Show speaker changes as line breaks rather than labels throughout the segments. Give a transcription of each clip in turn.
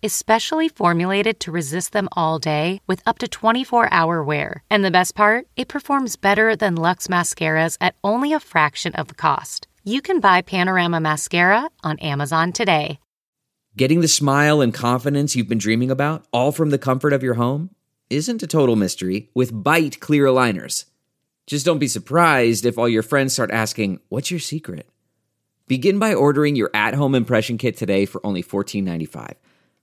is specially formulated to resist them all day with up to 24 hour wear. And the best part, it performs better than Luxe mascaras at only a fraction of the cost. You can buy Panorama Mascara on Amazon today.
Getting the smile and confidence you've been dreaming about, all from the comfort of your home, isn't a total mystery with bite clear aligners. Just don't be surprised if all your friends start asking, What's your secret? Begin by ordering your at home impression kit today for only $14.95.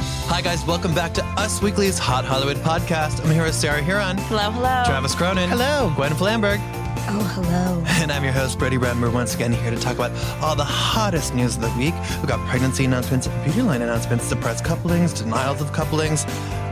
Hi, guys. Welcome back to Us Weekly's Hot Hollywood podcast. I'm here with Sarah Huron,
Hello, hello.
Travis Cronin,
Hello.
Gwen Flamberg,
Oh, hello.
and I'm your host, Brady Redmer, once again here to talk about all the hottest news of the week. We've got pregnancy announcements, beauty line announcements, depressed couplings, denials of couplings,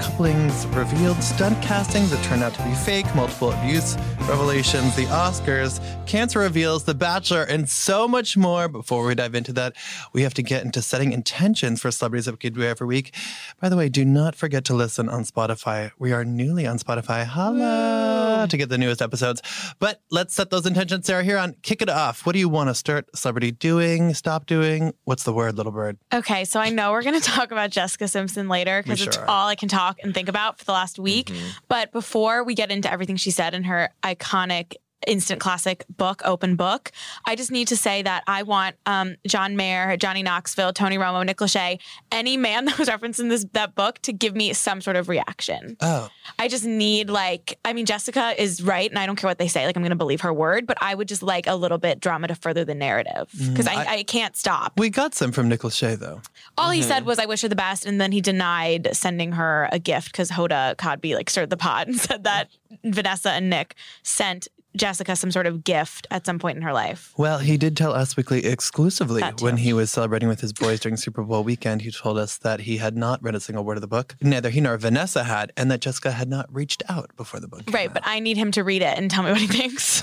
couplings revealed, stunt castings that turned out to be fake, multiple abuse revelations, the Oscars, cancer reveals, The Bachelor, and so much more. Before we dive into that, we have to get into setting intentions for celebrities that we could do every week. By the way, do not forget to listen on Spotify. We are newly on Spotify. Holla to get the newest episodes. But let's set those intentions, Sarah, here on Kick It Off. What do you want to start celebrity doing, stop doing? What's the word, little bird?
Okay, so I know we're going to talk about Jessica Simpson later because
We
it's
sure are. Mm-hmm.
all I can talk and think about for the last week. But before we get into everything she said in her iconic instant classic book, Open Book, I just need to say that I want um, John Mayer, Johnny Knoxville, Tony Romo, Nick Lachey, any man that was referenced in this that book to give me some sort of reaction.
Oh,
I just need like, I mean, Jessica is right, and I don't care what they say. Like, I'm going to believe her word, but I would just like a little bit drama to further the narrative
Mm,
because I, I, can't stop.
we got some from Nick Lachey, though.
All he
Mm-hmm.
said was, "I wish her the best," and then he denied sending her a gift because Hoda Codby like stirred the pot and said that Vanessa and Nick sent Jessica some sort of gift at some point in her life.
Well, he did tell Us Weekly exclusively
That too.
when he was celebrating with his boys during Super Bowl weekend. He told us that he had not read a single word of the book. Neither he nor Vanessa had, and that Jessica had not reached out before the book. came
Right,
out.
but I need him to read it and tell me what he thinks.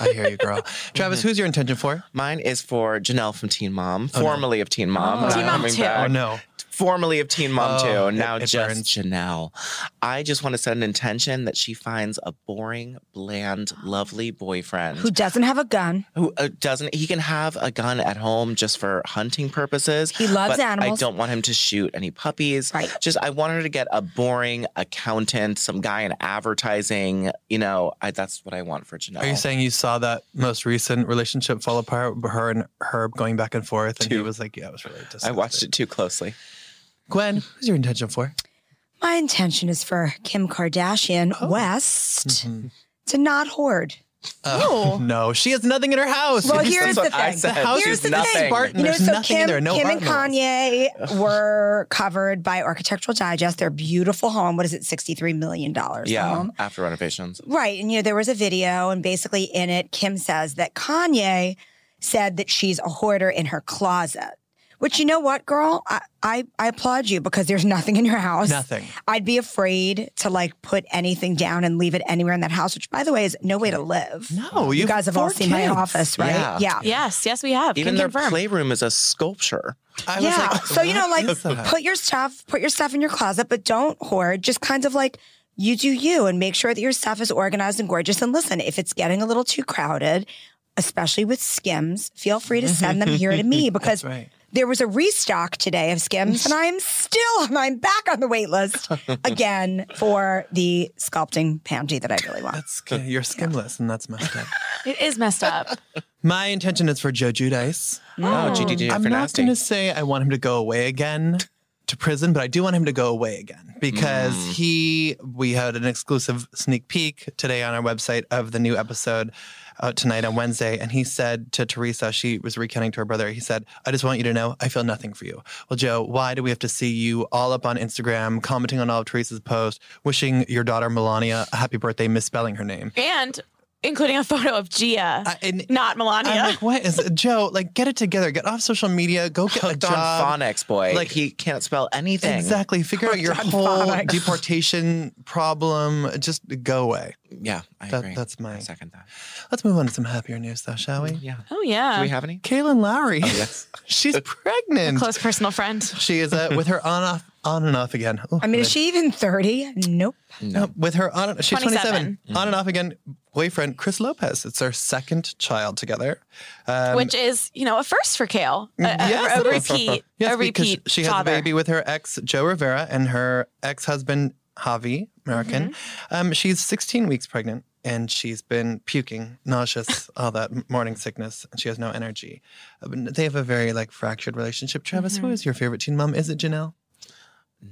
I hear you, girl. Travis,
Mm-hmm.
who's your intention for?
Mine is for Janelle from Teen Mom, formerly of Teen Mom.
Oh.
but
Teen Mom
coming
too.
back.
Oh no.
Formerly of Teen Mom
Oh,
too,
it-
and now
it
just
burns.
Janelle. I just want to set an intention that she finds a boring, bland, lovely boyfriend
Who doesn't have a gun?
who uh, doesn't. He can have a gun at home just for hunting purposes.
He loves
but I
animals.
don't want him to shoot any puppies.
Right.
Just I want her to get a boring accountant, some guy in advertising. You know, I, that's what I want for Janelle.
Are you saying you saw that most recent relationship fall apart? Her and Herb going back and forth, and he
Dude.
was like, "Yeah, it was really." Disgusting.
I watched it too closely.
Gwen, who's your intention for?
My intention is for Kim Kardashian West
Mm-hmm.
to not hoard.
Oh no, she has nothing in her house.
Well,
It is
here is
what
the
I
thing.
said.
The house
Here's
is
the
nothing.
thing.
Spartan.
You know,
There's
so
nothing in
Kim,
there. No
Kim and
articles.
Kanye were covered by Architectural Digest. Their beautiful home. What is it? Sixty-three million dollars.
Yeah, after renovations.
Right. And, you know, there was a video, and basically in it, Kim says that Kanye said that she's a hoarder in her closet. Which, you know what, girl? I, I, I applaud you because there's nothing in your house.
Nothing.
I'd be afraid to like put anything down and leave it anywhere in that house, which, by the way, is no way to live.
No,
You
you've
guys have all
four
seen my
kids.
office, right?
Yeah.
yes, yes, we have.
Even
Can
their
confirm.
playroom is a sculpture.
I was
Yeah.
like,
so you know,
what
like
is that?
put your stuff, put your stuff in your closet, but don't hoard. Just kind of like you do you and make sure that your stuff is organized and gorgeous. And listen, if it's getting a little too crowded, especially with skims, feel free to send them here to me because
right.
there was a restock today of skims, and I am still I'm back on the wait list again for the sculpting panty that I really want.
That's good. You're skimless, and that's messed up.
It is messed up.
My intention is for Joe Judice. Um,
Oh, GDG, if
I'm
you're
not
nasty.
going to say I want him to go away again. to prison, but I do want him to go away again because
Mm.
he, we had an exclusive sneak peek today on our website of the new episode out tonight on Wednesday. And he said to Teresa, she was recounting to her brother, he said, I just want you to know I feel nothing for you. Well, Joe, why do we have to see you all up on Instagram, commenting on all of Teresa's posts, wishing your daughter Melania a happy birthday, misspelling her name?
and including a photo of Gia,
I- and
not Melania.
I'm like, what is Joe? Like, get it together. Get off social media. Go get a
Hooked on
job.
phonics, boy.
Like-
Like he can't spell anything.
Exactly.
Oh,
Figure out your
Hooked on
whole
phonics.
deportation problem. Just go away.
Yeah, I
That-
agree.
that's my-
I second that.
Let's move on to some happier news, though, shall we?
Yeah.
oh yeah,
Do we have any?
Kaylin Lowry.
yes.
She's pregnant.
close personal friend.
She is uh, with her on off, on and off again. Ooh,
I mean, is she even 30? Nope.
No. Mm-hmm.
No, with her on. She's 27.
27.
On and off again. Boyfriend Chris Lopez. It's their second child together. Um,
which is you know a first for Kale. A, a-
Yes,
a
it is.
repeat,
Yes,
a
because
repeat
She has
father.
a baby with her ex Joe Rivera and her ex husband Javi, American.
Mm-hmm.
Um, she's 16 weeks pregnant and she's been puking, nauseous, all that m- morning sickness, and she has no energy. Uh, but They have a very like fractured relationship. Travis,
Mm-hmm.
who is your favorite teen mom? Is it Janelle?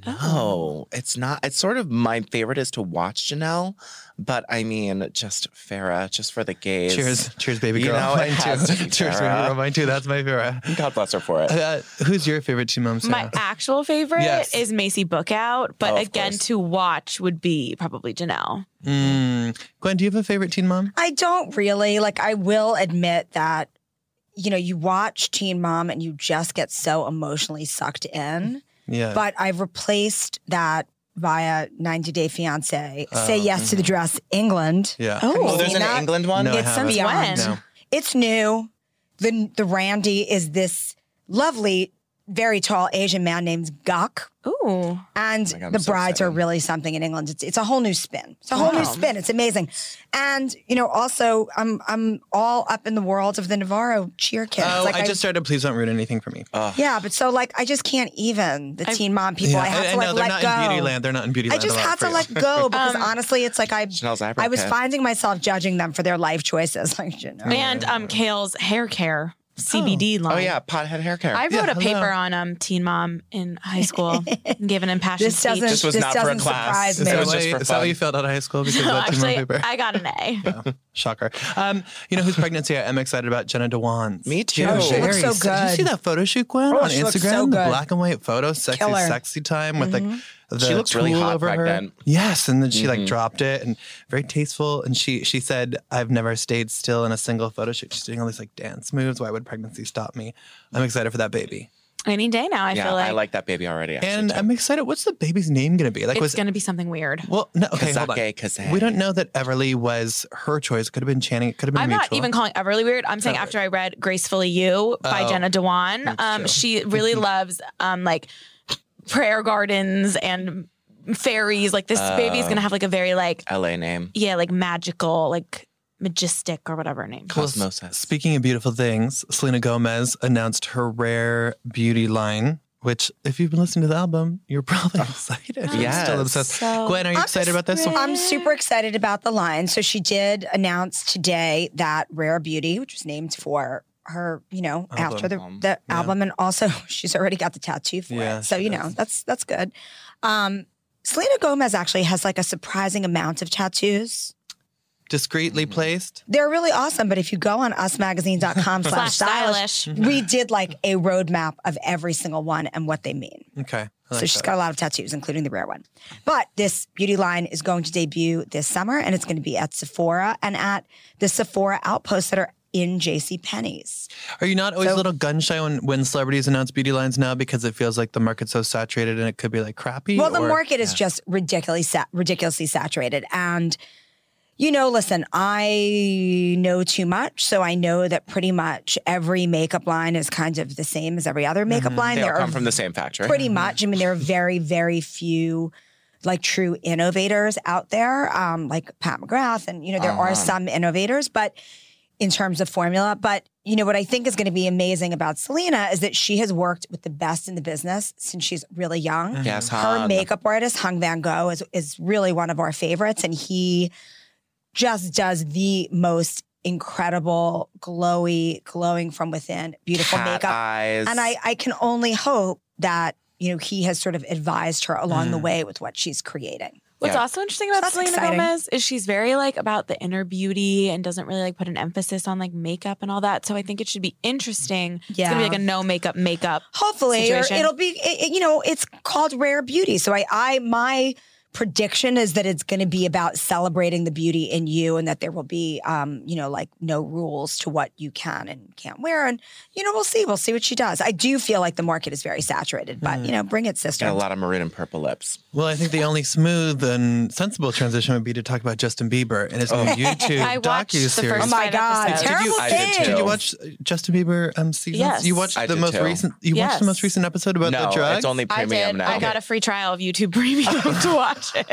No, it's not. It's sort of my favorite is to watch Janelle, but I mean, just Farah, just for the gays.
Cheers, cheers, baby
You
girl.
know,
mine
it has
too.
to be
Cheers, baby
Farrah.
girl. Mine too. That's my favorite.
God bless her for it.
Uh, who's your favorite teen mom? Sarah?
My actual favorite
Yes.
is Macy Bookout, but
Oh, of
again,
course.
to watch would be probably Janelle.
Mm. Gwen, do you have a favorite teen mom?
I don't really. Like, I will admit that, you know, you watch Teen Mom and you just get so emotionally sucked in.
Yeah.
But I've replaced that via 90 Day Fiance, Say
Oh,
Yes to the Dress, England.
yeah.
Oh.
oh, there's an
Nina?
England one?
No, I
it's
haven't.
since
When?
No.
It's new. The, the Randy is this lovely, very tall Asian man named Gok.
Ooh,
And
my God, I'm
the
so
brides are
excited.
really something in England. It's, it's a whole new spin. It's a whole new
Wow.
spin. It's amazing. And, you know, also I'm I'm all up in the world of the Navarro cheer kids.
Oh,
like
I just started. Please don't ruin anything for me.
Ugh.
Yeah, but so like I just can't even the
I-
teen mom people. I have to like
no, they're not
let go.
in Beautyland. They're not in Beautyland.
I just
at all
had
for
to
you.
let go because honestly, it's like I
Chanel's eyebrow
I was
pin.
finding myself judging them for their life choices. Like, you know.
and um, Kale's hair care CBD line.
Mm. Oh, yeah. Pothead hair care.
I wrote
Yeah,
a paper
hello.
on um Teen Mom in high school and gave an impassioned
This
speech.
doesn't
This was
this
not for a
doesn't
class.
surprise
This
Is
me.
that,
was
why,
just for
is that why
fun.
you failed out of high school? Because
no,
of that
actually,
Timon paper?
I got an A.
Shocker. Um, you know whose pregnancy I am excited about? Jenna Dewan's.
Me too.
Yeah,
Oh, she
looks
very
so
se- Did you see
good.
that photo shoot, Gwen,
Oh,
on
she
Instagram?
looks so
The
good.
black and white photo, sexy,
Killer. Mm-hmm.
sexy time with like the
She looks really
tulle
hot Mm-hmm.
over
pregnant.
her. Yes, and then she like dropped it and very tasteful. And she she said, "I've never stayed still in a single photo shoot." She's doing all these like dance moves. Why would pregnancy stop me? I'm excited for that baby,
Any day now, I
yeah,
feel like,
I like that baby already. actually,
and
too.
I'm excited. What's the baby's name gonna be? Like,
it's
was
going to be something weird.
well, no, okay, hold on.
Kazake, Kazake.
We don't know that Everly was her choice. Could have been Channing. It could have been
I'm
mutual.
not even calling Everly weird. I'm saying after I read Gracefully You by
Oh,
Jenna Dewan, um, she really loves um, like prayer gardens and fairies. Like this baby's
Oh.
gonna have like a very like
LA name.
yeah like magical like magistic or whatever her name.
Well,
Cosmosis.
Speaking of beautiful things, Selena Gomez announced her rare beauty line, which, if you've been listening to the album, you're probably excited. I'm Still
Yes.
obsessed.
So-
Gwen, are you
I'm
excited about this
excited.
one?
I'm super excited about the line. So she did announce today that Rare Beauty, which was named for her, you know, after the,
Album.
the album, and also she's already got the tattoo for
Yeah,
it. So
she
you know, that's that's good. Um, Selena Gomez actually has like a surprising amount of tattoos.
Discreetly placed.
They're really awesome, but if you go on usmagazine.com
Slash
slash stylish,
stylish.
Mm-hmm.
we did like a roadmap of every single one and what they mean.
Okay. I like
so she's
that.
got a lot of tattoos, including the rare one. But this beauty line is going to debut this summer, and it's going to be at Sephora and at the Sephora outposts that are in J.C. Penney's.
Are you not always
So-
a little gun shy when, when celebrities announce beauty lines now because it feels like the market's so saturated and it could be like crappy?
Well, the
or-
market is just ridiculously sa- ridiculously saturated, and you know, listen, I know too much, so I know that pretty much every makeup line is kind of the same as every other makeup
Mm-hmm.
line.
They
there
all
are
come from the same factory.
pretty much. I mean, there are very, very few like true innovators out there, um, like Pat McGrath, and you know there are some innovators, but in terms of formula, but you know what I think is going to be amazing about Selena is that she has worked with the best in the business since she's really young.
Yes,
Her
hon.
makeup artist Hung Van Gogh is is really one of our favorites, and he just does the most incredible, glowy, glowing from within, beautiful
Cat
makeup
eyes.
and I, I can only hope that you know, he has sort of advised her along the way with what she's creating.
What's
Yeah.
also interesting about
That's
Selena
exciting.
Gomez is she's very like about the inner beauty and doesn't really like put an emphasis on like makeup and all that. So I think it should be interesting. It's gonna
Yeah.
be like a no makeup makeup.
Hopefully, or
Situation.
it'll be, it, it- you know, it's called rare beauty. So I, I my prediction is that it's going to be about celebrating the beauty in you and that there will be, um, you know, like no rules to what you can and can't wear. And, you know, we'll see. We'll see what she does. I do feel like the market is very saturated, but, you know, bring it, sister.
Got a lot of maroon and purple lips.
Well, I think the only smooth and sensible transition would be to talk about Justin Bieber and his new YouTube
I watched
docu
the
series.
first
Oh my
five
God,
episodes.
terrible
Oh. I did
thing.
too.
Did you watch uh, Justin Bieber um seasons?
Yes.
You watched
I
the
did
most
too.
recent. You watched the
Yes.
most recent episode about
no,
the drugs.
it's only
I
premium
did.
now.
I got a free trial of YouTube Premium to watch it.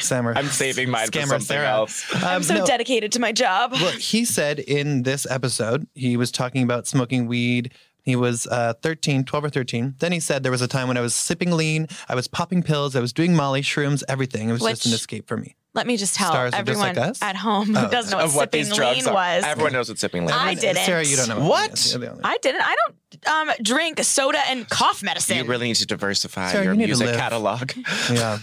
Scammer.
I'm saving mine for
Scammer
something else.
I'm
Um,
so
no,
dedicated to my job.
Well, he said in this episode, he was talking about smoking weed. He was uh, 13, 12 or 13. Then he said, There was a time when I was sipping lean, I was popping pills, I was doing Molly, shrooms, everything. It was just an
Which-
escape for me.
Let me just tell
Stars are just like
everyone
us?
at home who doesn't know what,
Oh. of what these
sipping
drugs
lean
are.
was.
Everyone knows what sipping lean
I
is.
didn't.
Sarah, you don't know
What?
it is. You're the only-
I didn't. I don't um, drink soda and cough medicine.
You really need to diversify
Sarah,
your
you need to
music
live.
catalog.
Yeah.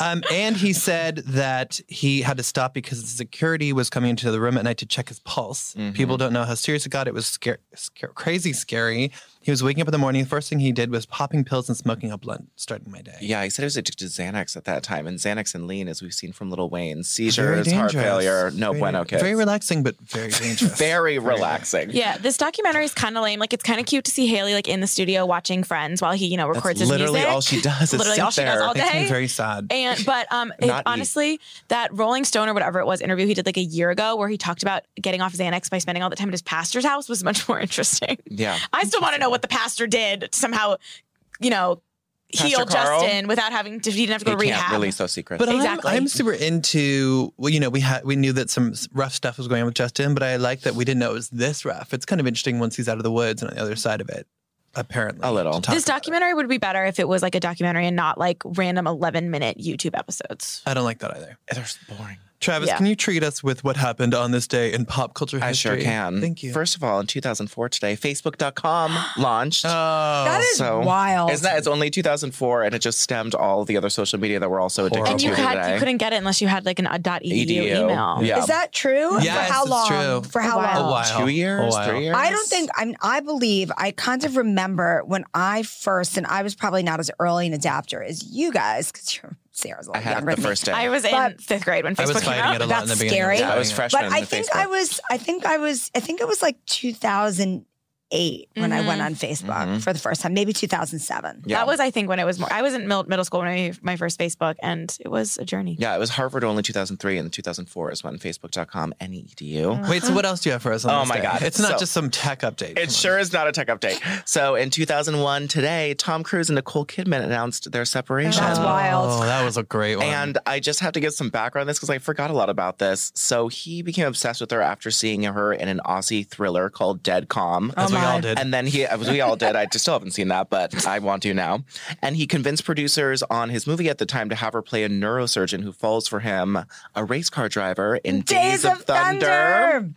um, and he said that he had to stop because the security was coming into the room at night to check his pulse.
Mm-hmm.
People don't know how serious it got. It was scare- scare- crazy scary. He was waking up in the morning. The first thing he did was popping pills and smoking a blunt, starting my day.
Yeah, he said he was addicted to Xanax at that time, and Xanax and lean, as we've seen from Little Wayne,
Very
seizures, heart
dangerous.
failure, no
very,
bueno kids.
Very relaxing, but very dangerous.
Very relaxing.
Yeah, this documentary is kind of lame. Like, it's kind of cute to see Haley like in the studio watching Friends while he, you know, records
That's
his
literally
music.
all she does is
Literally
sit
all she
there.
does all
Makes me
day.
very sad.
And but um, it-
Not eat.
honestly, that Rolling Stone or whatever it was interview he did like a year ago where he talked about getting off Xanax by spending all the time at his pastor's house was much more interesting.
Yeah.
I still want to know what the pastor did to somehow, you know,
Pastor
heal
Carl?
Justin without having to. He didn't have to
He
go to
can't
rehab.
release those secrets.
But
Exactly.
I'm, I'm super into. Well, you know, we had we knew that some s- rough stuff was going on with Justin, but I like that we didn't know it was this rough. It's kind of interesting once he's out of the woods and on the other side of it, apparently.
A little.
to talk
this
about it.
documentary would be better if it was like a documentary and not like random 11 minute YouTube episodes.
I don't like that either.
They're s- boring.
Travis,
Yeah.
can you treat us with what happened on this day in pop culture
I
history?
sure can.
Thank you.
First of all, in 2004 today, Facebook.com launched.
oh,
that is
so-
wild.
Isn't that? It's only 2004, and it just stemmed all the other social media that we're also addicted
Horrible.
And
to
you
today.
had you couldn't get it unless you had like an a .edu
EDU.
email.
Yeah.
Is that true?
Yes,
For how
it's
long?
true.
For how
Wow.
long?
a while,
Two
a
years,
while.
three years.
I don't think I'm. I believe I kind of remember when I first, and I was probably not as early an adapter as you guys because you're Sarah's a
I
lot
had it
younger.
the
than me.
first day.
I was in
But-
fifth grade when
I was
Facebook came
fighting
out.
it a lot in the
That's
beginning.
scary.
I was
fighting it.
freshman.
but
in
I
the
think
Facebook.
I was. I think I was. I think it was like 2008 when I went
Mm-hmm.
on Facebook for the first time. Maybe 2007.
Mm-hmm. Yeah.
That was, I think, when it was more. I was in mil- middle school when I my first Facebook, and it was a journey.
Yeah, it was Harvard only 2003, and 2004 is when Facebook.com NEDU.
Wait, so what else do you have for us? On
Oh
this
my
day?
God.
It's not
So-
just some tech update.
It sure is not a tech update. So in 2001, today, Tom Cruise and Nicole Kidman announced their separation.
That's wild.
Oh, that was a great one.
And I just have to give some background on this because I forgot a lot about this. So he became obsessed with her after seeing her in an Aussie thriller called Dead Calm.
as we all
Um,
did.
And then he, as we all did, I just still haven't seen that, but I want to now. And he convinced producers on his movie at the time to have her play a neurosurgeon who falls for him, a race car driver in Days, of, Thunder.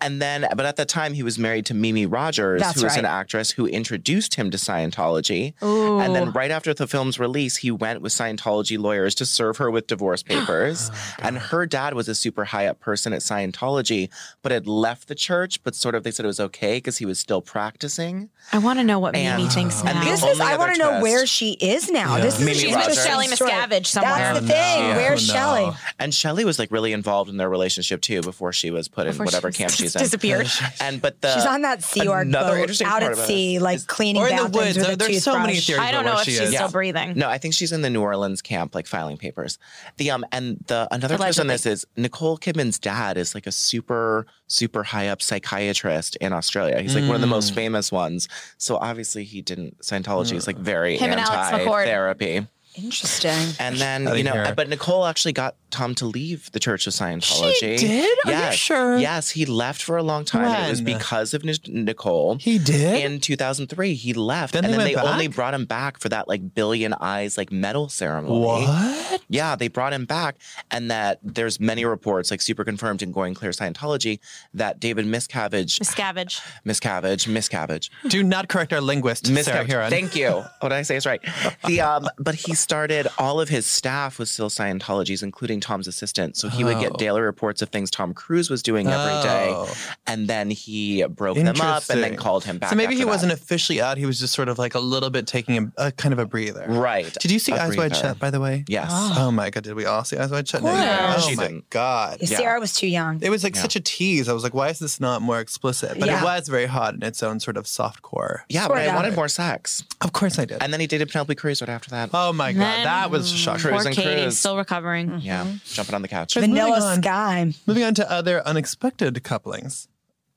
And then, but at the time, he was married to Mimi Rogers,
That's
who was an
right.
actress who introduced him to Scientology. And then, right after the film's release, he went with Scientology lawyers to serve her with divorce
Oh,
papers. and her dad was a super high up person at Scientology, but had left the church. But sort of, they said it was okay because he was still practicing.
I want to know what
And-
Mimi thinks
and
now.
the
This
only
is. I
other
want to know
twist-
where she is now.
Yeah.
This is.
Mimi
She's
Rogers.
with Shelly
Story.
Miscavige somewhere.
That's
Oh,
the thing.
no.
Where's
Oh, no.
Shelly?
And Shelley was like really involved in their relationship too before she was put
Before
in whatever
she
camp she's in.
disappeared.
And but the
She's on that Sea Org
another
boat
interesting
out
part
at
about
sea,
this
like
is-
cleaning
or in the
bathrooms
woods.
with a
There- There's so many
toothbrush.
theories
I don't
about
know
where
if
she
she's
is.
still
Yeah.
breathing.
No, I think she's in the New Orleans camp, like filing papers. The um and the another twist on
Allegedly.
this is Nicole Kidman's dad is like a super super high up psychiatrist in Australia. He's like one of the
Mm.
most
Mm.
famous ones. So obviously he didn't. Scientology is like very
Him and Alex
anti
McCord.
therapy.
Interesting.
And then,
Outta
you know,
here.
but Nicole actually got Tom to leave the Church of Scientology.
She did? Are you sure?
Yes, he left for a long time. and It was
When?
because of Nic- Nicole.
He did?
In 2003, he left.
Then
and
they
then they
went
only
back?
brought him back for that like billion eyes, like medal ceremony.
What?
Yeah, they brought him back, and that there's many reports, like super confirmed in Going Clear Scientology, that David Miscavige,
Miscavige.
Miscavige, Miscavige,
Do not correct our linguist, Sarah
Miscavige.
Huron.
Thank you. What I say is right. The um, but he started all of his staff was still Scientologies, including Tom's assistant. So he would
Oh.
get daily reports of things Tom Cruise was doing every day,
Oh.
and then he broke them up and then
Interesting.
called him back.
So maybe
after
he
that.
wasn't officially out. He was just sort of like a little bit taking a, a kind of a breather.
right.
Did you see
A
Eyes Wide
breather.
Shut, by the way?
Yes.
Oh my God, did we all see Eyes Wide Shut?
Of
you
course.
didn't.
Yeah, she
Oh my
didn't.
God.
Yeah.
Sarah was too young.
It was like such a tease. I was like, why is this not more explicit? But
Yeah.
it was very hot in its own sort of soft core.
Yeah,
Sort
but I
of.
wanted more sex,
Of course I did.
and then he dated Penelope Cruz right after
Uh-huh.
that.
oh my God,
Then-
that was a shock.
Cruise
Poor
and
Katie,
cruise.
still recovering.
Yeah, jumping on the couch.
But
Mm-hmm. Vanilla
moving on.
Sky.
Moving on to other unexpected couplings.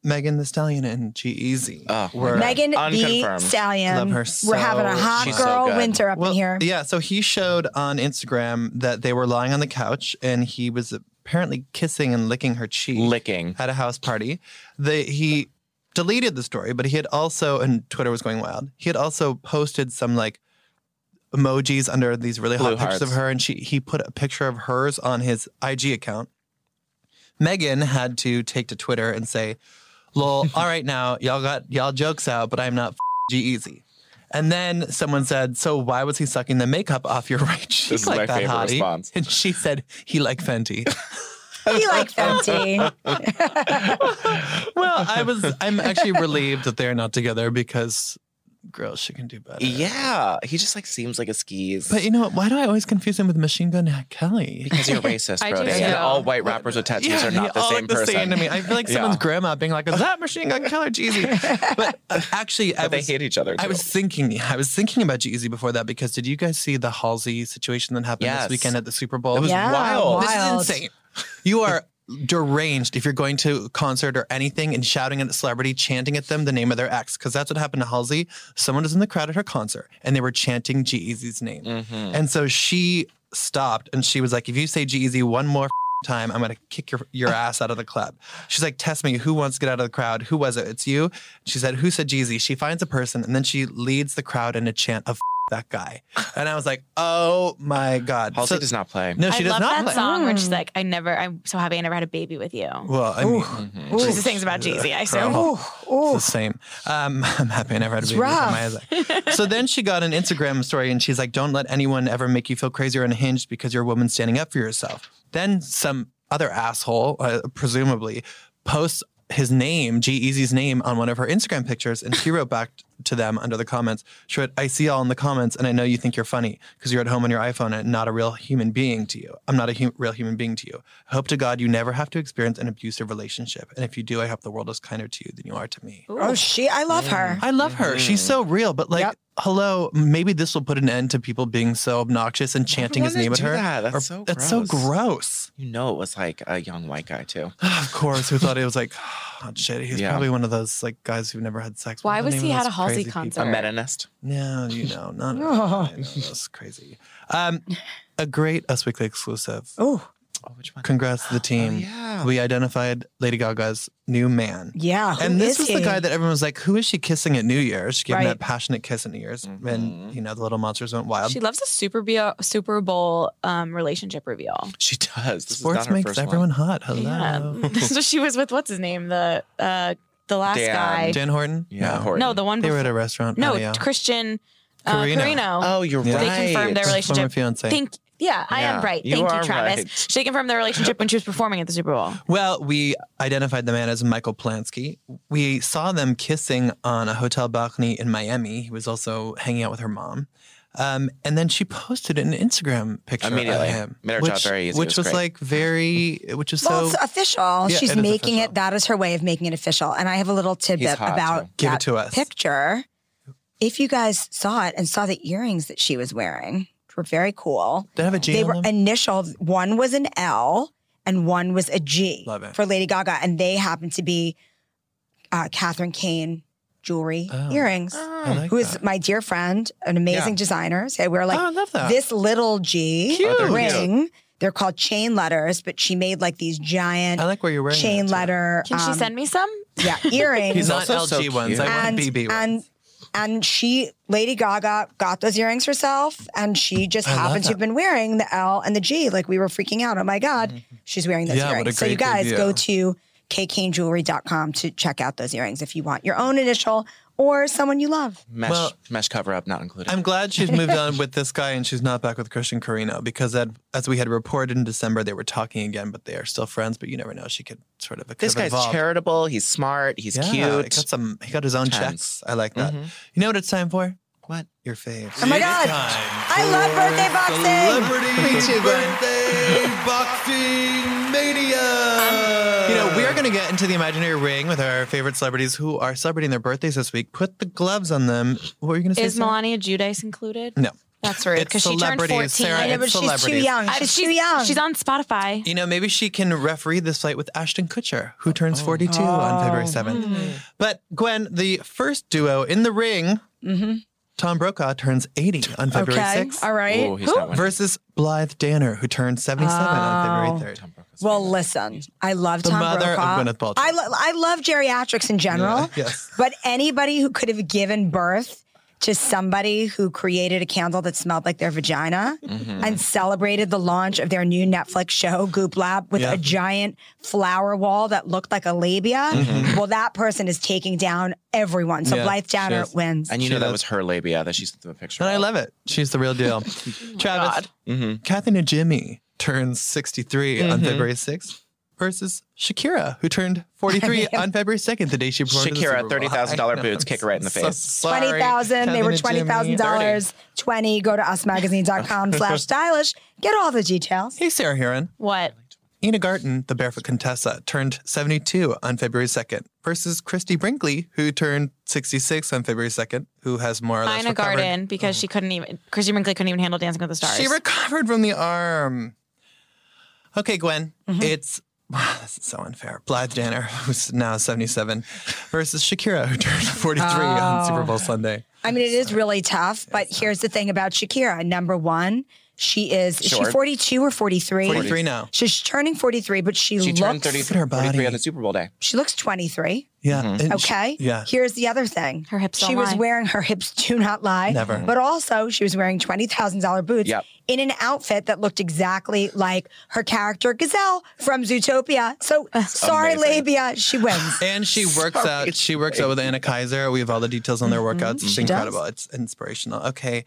Megan the Stallion and G Easy.
Oh, my
were
God.
Megan the
Unconfirmed.
Stallion.
Love her
We're having a
so-
hot
She's so
girl
good.
winter up in here.
Yeah, so he showed on Instagram that they were lying on the couch and he was apparently kissing and licking her cheek
licking.
at a house party. They he deleted the story, but he had also and Twitter was going wild. He had also posted some like emojis under these really hot
Blue
pictures of
hearts.
her and she he put a picture of hers on his IG account. Megan had to take to Twitter and say, "Lol, all right now, y'all got y'all jokes out, but I'm not G Easy." And then someone said, "So why was he sucking the makeup off your right cheek
This is
like
my
that,
favorite
hottie?"
response.
And she said, "He like Fenty."
He like Fenty.
well, I was. I'm actually relieved that they're not together because, girls, she can do better.
Yeah, he just like seems like a skis.
But you know what? Why do I always confuse him with Machine Gun Kelly?
Because you're racist,
I
Brody.
do
And
too.
all white rappers with tattoos are
they
not the
all
same
look the
person.
Same to me. I feel like someone's
Yeah.
grandma being like, "Is that Machine Gun Kelly or Jeezy?" But uh, actually, I
But they
was,
hate each other. Too.
I was thinking, yeah, I was thinking about Jeezy before that because did you guys see the Halsey situation that happened
Yes.
this weekend at the Super Bowl? It
was
Yeah,
wild.
This
wild.
is insane. You are deranged if you're going to a concert or anything and shouting at a celebrity, chanting at them the name of their ex, because that's what happened to Halsey. Someone was in the crowd at her concert and they were chanting Jeezy's name,
Mm.
Mm-hmm.
and so she stopped and she was like, "If you say Jeezy one more." f***ing Time, I'm gonna kick your, your ass out of the club. She's like, Test me. Who wants to get out of the crowd? Who was it? It's you. She said, Who said Jeezy? She finds a person and then she leads the crowd in a chant of "F- that guy. And I was like, Oh my God.
Halsey
So-
does not play.
no, she
I
does
love
not
that
play.
song where she's like, I never, I'm so happy I never had a baby with you.
Well, I mean,
She's Mm-hmm. the things about Jeezy, I assume.
Oh,
Girl, It's the same. Um, I'm happy I never had a baby with
rough.
my Isaac. So then she got an Instagram story and she's like, "Don't let anyone ever make you feel crazy or unhinged because you're a woman standing up for yourself." Then some other asshole, uh, presumably, posts his name, G Easy's name, on one of her Instagram pictures, and she wrote back to them under the comments. She wrote, "I see all in the comments, and I know you think you're funny because you're at home on your iPhone and not a real human being to you. I'm not a hu- real human being to you. I hope to God you never have to experience an abusive relationship, and if you do, I hope the world is kinder to you than you are to me."
Oh, she. I love her.
Mm.
I love her. She's
Mm-hmm.
so real. But like, hello, maybe this will put an end to people being so obnoxious and chanting his
would
name at
do
her.
that? That's so
That's so
gross.
gross.
You know, it was like a young white guy too.
Of course, we thought it was like hot shit. He's
Yeah.
probably one of those like guys who've never had sex.
Why
What are the
was
name
he
of
at
those
a Halsey
crazy people?
concert?
A meninist.
No, you know, not
Oh.
that's crazy. Um, a great Us Weekly exclusive.
Oh,
Oh, which one? Oh,
Congrats to the team.
yeah.
We identified Lady Gaga's new man.
yeah. who
and this
is
was the
he?
guy that everyone was like, "Who is she kissing at New Year's?" She gave him
Right.
that passionate kiss at New Year's,
Mm-hmm.
and you know the little monsters went wild.
um,
She loves a Super, Bo- Super Bowl um, relationship reveal.
She does. This is
Sports
not her
makes
first
everyone
one.
hot. Hello,
Yeah. so she was with what's his name? The uh, the last
Dan.
guy.
Dan Horton.
Yeah,
no.
Horton.
No, the one
They were
before.
at a restaurant.
no,
Oh, yeah.
Christian uh,
Carino.
Carino.
Oh, you're
Yeah.
right.
They confirmed their
Former
relationship.
fiance.
Think, yeah, I
Yeah.
am right.
You
Thank
are
you, Travis.
right.
She confirmed their relationship when she was performing at the Super Bowl.
Well, we identified the man as Michael Plansky. We saw them kissing on a hotel balcony in Miami. He was also hanging out with her mom. Um, and then she posted an Instagram picture of
Immediately.
him,
Made her job
which,
very easy.
which
It was
was like
great.
very, which is
Well,
so.
it's official.
Yeah,
She's
it is
making
official.
it. That is her way of making it official. And I have a little tidbit
hot,
about
too.
Give it
that
to us.
picture. If you guys saw it and saw the earrings that she was wearing, which were very cool.
Did I have a G
They
on
were
them?
initialed. One was an L and one was a G
Love it.
for Lady Gaga, and they happened to be uh, Catherine Kane, jewelry,
Oh.
earrings.
Oh.
I like
Who is
that.
my dear friend, an amazing
Yeah.
designer. So we're like
oh, I love that.
this little G
Cute. Oh, they're cute.
ring. They're called chain letters, but she made like these giant
I like where you're wearing
chain
that, too.
letter.
Can she
um,
send me some?
Yeah, earrings.
He's not
also
LG
so
ones.
cute.
I want
and
BB ones.
and and she Lady Gaga got those earrings herself, and she just
I love
happened to
that.
have been wearing the L and the G. Like we were freaking out. Oh my god, she's wearing those
Mm-hmm. Yeah, what a
earrings. so you
great
guys
debut.
go to kkanejewelry.com to check out those earrings if you want your own initial or someone you love.
Mesh,
Well-
mesh cover up not included.
I'm glad she's moved on with this guy and she's not back with Christian Carino because that, as we had reported in December, they were talking again, but they are still friends. But you never know; she could sort of. it
this
could
guy's
evolve.
charitable. He's smart. He's
Yeah, He
cute.
got some. He got his own
Tens.
checks. I like that.
Mhm.
You know Mm-hmm. what it's time for?
What?
Your faves.
Oh my God. I love birthday boxing.
Celebrity birthday boxing mania. You know, we are going to get into the imaginary ring with our favorite celebrities who are celebrating their birthdays this week. Put the gloves on them. What were you going to say?
Is
Sarah?
Melania Judice included?
No.
That's rude
It's
because she turned
celebrities,
14.
Sarah.
I know,
It's
but she's too
celebrities.
young.
I-
Uh, She's too young.
She's on Spotify.
You know, maybe she can referee this fight with Ashton Kutcher, who turns 42 on February
Oh.
7th.
Hmm.
But Gwen, the first duo in the ring,
Mhm.
Tom Brokaw turns 80 on February
okay.
6th
All right.
Oh, he's not winning.
versus Blythe Danner, who turns 77 on
Oh.
February 3rd.
Well, listen, I love
The
Tom
mother of
Brokaw.
Gwyneth Paltrow.
I, lo- I love geriatrics in general.
Yeah, yes.
But anybody who could have given birth to somebody who created a candle that smelled like their vagina
Mm-hmm.
and celebrated the launch of their new Netflix show, Goop Lab, with
Yeah.
a giant flower wall that looked like a labia, well, that person is taking down everyone. So
Mm-hmm. Yeah,
Blythe
she
Downer
is.
wins.
And you know
She
that
does.
was her labia that she sent them a picture.
And I
of.
love it. She's the real deal. Travis,
Mhm.
Kathy and Jimmy turns 63
Mm-hmm.
on February 6th versus Shakira, who turned 43 on February 2nd, the day she performed. at the Super
Shakira,
Bowl.
$30,000
I know,
boots,
I'm
kick her right in the
so
face.
sorry,
20,000. They
Kathy
were
and Jimmy.
$20,000. 20. Go to usmagazine.com slash stylish. Get all the details.
Hey, Sarah Heron.
What?
Ina Garten, the barefoot Contessa, turned 72 on February 2nd versus Christy Brinkley, who turned 66 on February 2nd, who has more or less
Ina
recovered.
Garden because she couldn't even, Christy Brinkley couldn't even handle Dancing with the Stars.
Oh. She recovered from the arm. Okay, Gwen, it's wow, this is so unfair. Blythe Danner, who's now 77, versus Shakira, who turned 43 on Super Bowl Sunday.
I mean, it is
uh,
really tough, but here's the thing about Shakira. Number one, she is, is she
Short.
42 or 43?
43 now.
She's turning 43, but she,
She turned
looks
30,
at her body.
43 on the Super Bowl day.
she looks 23.
Yeah. and she-
Okay.
yeah.
Here's the other thing.
Her hips
She
don't
was
lie.
wearing her hips do not lie.
Never.
But also, she was wearing twenty thousand dollar boots
Yep.
in an outfit that looked exactly like her character Gazelle from Zootopia. So sorry,
Amazing.
labia, she wins.
And she works out. She works out with Anna Kaiser. We have all the details on their workouts. It's incredible. It's inspirational. Okay.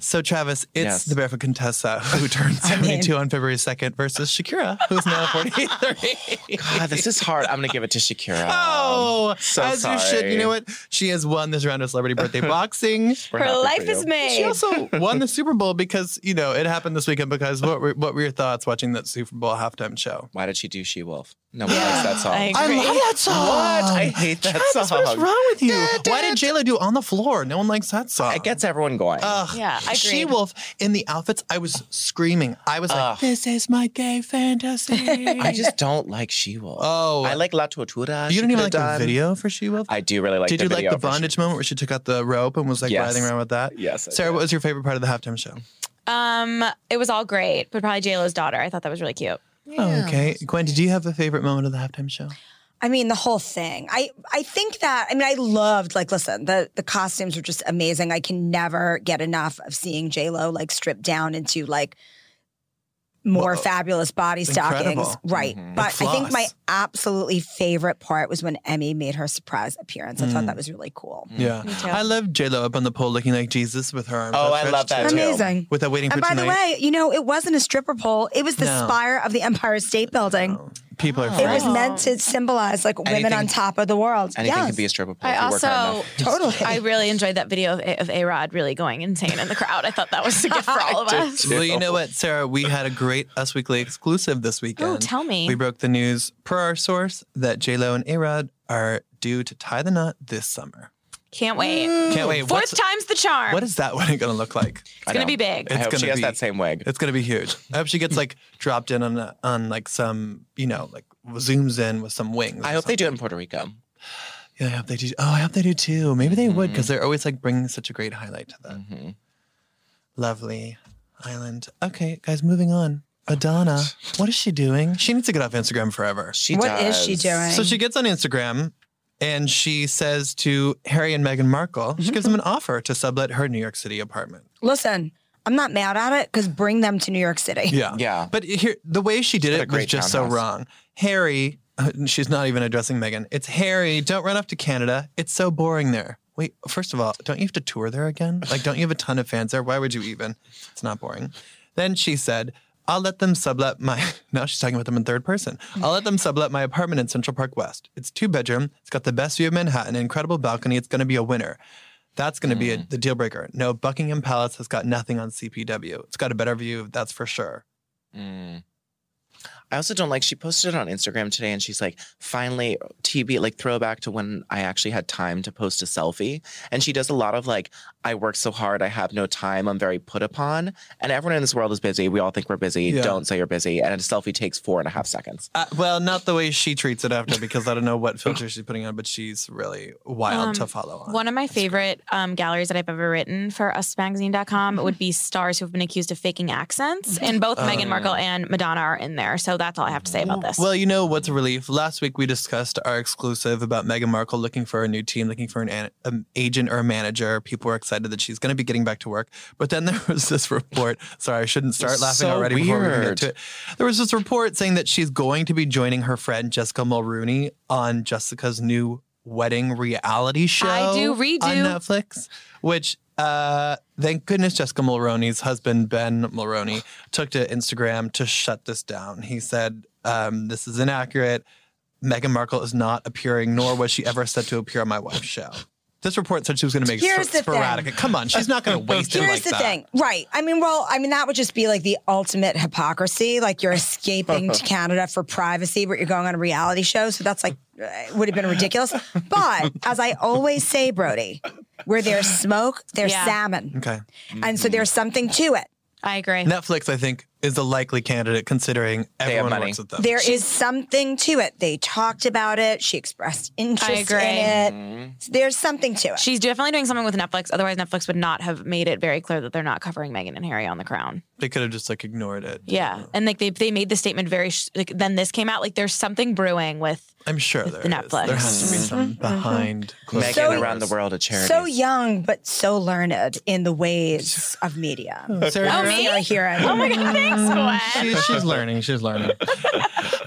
So Travis, it's
Yes.
the barefoot Contessa who turned 72 on February 2nd versus Shakira, who's now 43.
God, this is hard. I'm going to give it to Shakira.
Oh,
Um, so
as you should. You
sorry.
know what? She has won this round of celebrity birthday boxing.
We're
Her
happy for
life
you.
is made.
She also won the Super Bowl because you know it happened this weekend. Because what were, what were your thoughts watching that Super Bowl halftime show?
Why did she do She Wolf? No one likes that song.
I
I
agree.
love that song.
What? I hate that
Travis,
song.
What is wrong with you? Why did Jayla do on the floor? No one likes that song.
It gets everyone going.
Ugh.
Yeah, agreed.
She Wolf in the outfits. I was screaming. I was like, "This is my gay fantasy."
I just don't like She Wolf.
Oh.
I like La Tortura.
you
She
didn't even
could've
like
done.
the video for She Wolf.
I do really like
did
the
you
video.
like the
for She-
bondage moment where she took out the rope and was like
Yes.
writhing around with that?
Yes, I
Sarah,
did.
what was your favorite part of the halftime show?
Um, it was all great, but probably JLo's daughter. I thought that was really cute.
Okay. Gwen, did you have a favorite moment of the halftime show?
I mean, the whole thing. I I think that I mean, I loved like listen, the the costumes were just amazing. I can never get enough of seeing J Lo like stripped down into like more
Whoa.
fabulous body stockings,
Incredible. Mm-hmm.
right? But
The
I think my
floss.
absolutely favorite part was when Emmy made her surprise appearance. I thought that was really cool.
Mm. Yeah.
Mm, Me too.
I love J Lo up on the pole looking like Jesus with her arms.
Oh, I
outstretched.
love that too.
Amazing.
With that waiting
And
for
by
tonight.
the way, you know, it wasn't a stripper pole. It was the
No. Oh.
spire of the Empire State Building.
people
oh.
are free.
It was meant to symbolize like women
Anything-
on top of the world.
Anything
yes.
can be a stripper pole
I
if you work hard
also
enough.
totally. I really enjoyed that video of A- of A Rod really going insane in the crowd. I thought that was a gift for all of us.
Well, you know what, Sarah? We had a great Us Weekly exclusive this weekend.
Oh, tell me.
We broke the news per our source that J Lo and A Rod are due to tie the knot this summer.
Can't wait.
Can't wait.
Fourth
Mm. What's,
time's the charm.
what is that wedding going to look like?
it's gonna be big.
I
It's
hope she
gonna
has
be-
that same wig.
It's gonna be huge. I hope she gets like dropped in on a, on like some you know like zooms in with some wings.
I
or
hope they
something.
do it in Puerto Rico.
Yeah, I hope they do. Oh, I hope they do too. Maybe they
Mm-hmm.
would because they're always like bringing such a great highlight to that
Mhm.
lovely island. Okay, guys, moving on. Adana, what is she doing? She needs to get off Instagram forever.
She
What is she
does.
doing?
So she gets on Instagram and she says to Harry and Meghan Markle, she gives them an offer to sublet her New York City apartment.
Listen, I'm not mad at it because bring them to New York City.
Yeah.
Yeah.
But here, the way she did
Got a
it was
great
just so
townhouse.
wrong. Harry, she's not even addressing Meghan. It's Harry, don't run off to Canada. It's so boring there. Wait, first of all, don't you have to tour there again? Like, don't you have a ton of fans there? Why would you even? It's not boring. Then she said, I'll let them sublet my. Now she's talking about them in third person. I'll let them sublet my apartment in Central Park West. It's two bedroom. It's got the best view of Manhattan, incredible balcony. It's going to be a winner. That's going to be a,
Mm.
the deal breaker. No, Buckingham Palace has got nothing on CPW. It's got a better view. That's for sure.
Mm. I also don't like she posted it on Instagram today and she's like, finally, TB, like throwback to when I actually had time to post a selfie. And she does a lot of like, I work so hard, I have no time, I'm very put upon. And everyone in this world is busy. We all think we're busy.
Yeah.
Don't say you're busy. And a selfie takes four and a half seconds.
Uh, well, not the way she treats it after, because I don't know what filter she's putting on, but she's really wild
Um,
to follow on.
One of my favorite um, galleries that I've ever written for usmagazine.com would be stars who have been accused of faking accents. And both Meghan Markle and Madonna are in there. So that's all I have to say about this.
well, you know what's a relief? Last week we discussed our exclusive about Meghan Markle looking for a new team, looking for an, an um, agent or a manager. People were excited that she's going to be getting back to work. But then there was this report. Sorry, I shouldn't start laughing
so
already before we even get
weird.
to it. There was this report saying that she's going to be joining her friend Jessica Mulrooney on Jessica's new wedding reality show.
I do redo.
on Netflix, which uh, thank goodness Jessica Mulroney's husband Ben Mulroney took to Instagram to shut this down. He said um, this is inaccurate. Meghan Markle is not appearing, nor was she ever set to appear on my wife's show. This report said she was going to make
Here's
sp-
the
sporadic.
thing.
Come on, she's not going to waste it
Here's
like
the
that.
thing. Right. I mean, well, I mean, that would just be like the ultimate hypocrisy. Like you're escaping to Canada for privacy, but you're going on a reality show. So that's like, uh, would have been ridiculous. But as I always say, Brody, where there's smoke, there's
Yeah.
salmon.
Okay.
And so there's something to it.
I agree.
Netflix, I think, is a likely candidate considering
have
everyone
money.
works with them.
There is something to it. They talked about it. She expressed interest in
agree.
it.
Mm-hmm.
So there's something to it.
She's definitely doing something with Netflix. Otherwise, Netflix would not have made it very clear that they're not covering Meghan and Harry on The Crown.
They could have just like ignored it.
Yeah. And like they, they made the statement very, sh- like then this came out. Like there's something brewing with,
I'm sure there is.
Netflix.
There has to be some behind
Megan
closed
So-
around the world at charity.
so young, but so learned in the ways of media.
Sarah,
Oh, me?
Sarah Huron.
oh my God, thanks, Gwen.
She- she's learning. She's learning.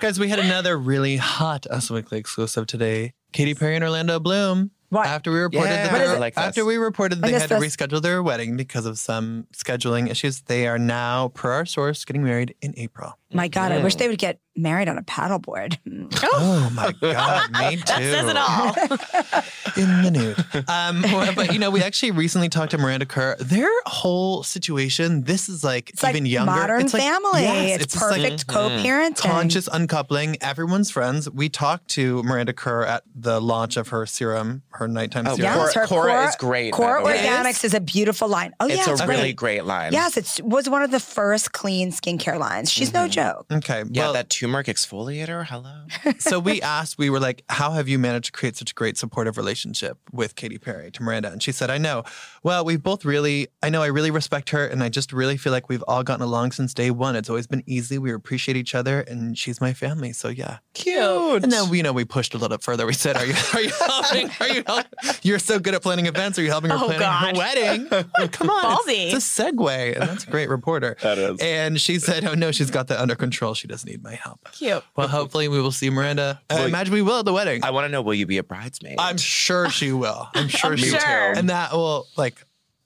Guys, we had another really hot Us Weekly exclusive today. Katy Perry and Orlando Bloom.
What?
After we reported
Yeah,
that
What
they
is
were-
it? like this.
after we reported that
I
they had
missed
to
this.
reschedule their wedding because of some scheduling issues, they are now, per our source, getting married in April.
My God, I wish they would get married on a paddleboard.
Oh my God, me too. That
Says it all.
in the nude. Um, well, but you know, we actually recently talked to Miranda Kerr. Their whole situation, this is like
It's
even
like
younger.
modern
It's like-
family.
yes,
it's,
just like
perfect co-parenting.
conscious uncoupling. Everyone's friends. We talked to Miranda Kerr at the launch of her serum, her nighttime
Oh,
serum.
Cora-
Yes, her
Cora is great, by
Cora
the way.
Organics is a beautiful line. Oh
it's
yeah,
a
it's
really
great.
great line.
Yes, it was one of the first clean skincare lines. She's no joke.
Okay.
Yeah,
well,
that turmeric exfoliator. Hello.
so we asked, we were like, how have you managed to create such a great supportive relationship with Katy Perry to Miranda? And she said, I know. Well, we both really, I know I really respect her. And I just really feel like we've all gotten along since day one. It's always been easy. We appreciate each other. And she's my family. So yeah.
Cute.
And then you know we pushed a little further. We said, "Are you are you helping? Are you help? You're so good at planning events. Are you helping her
Oh,
planning
God.
her wedding? Like, come on,
Ballsy.
It's, it's a segue, and that's a great reporter. That is. And she said, "Oh no, she's got that under control. She doesn't need my help."
Cute.
Well, hopefully we will see Miranda. I imagine we will at the wedding.
I
I,
want to know will you be a bridesmaid?
am sure she will. I'm sure
Me
she
too.
will. And that will like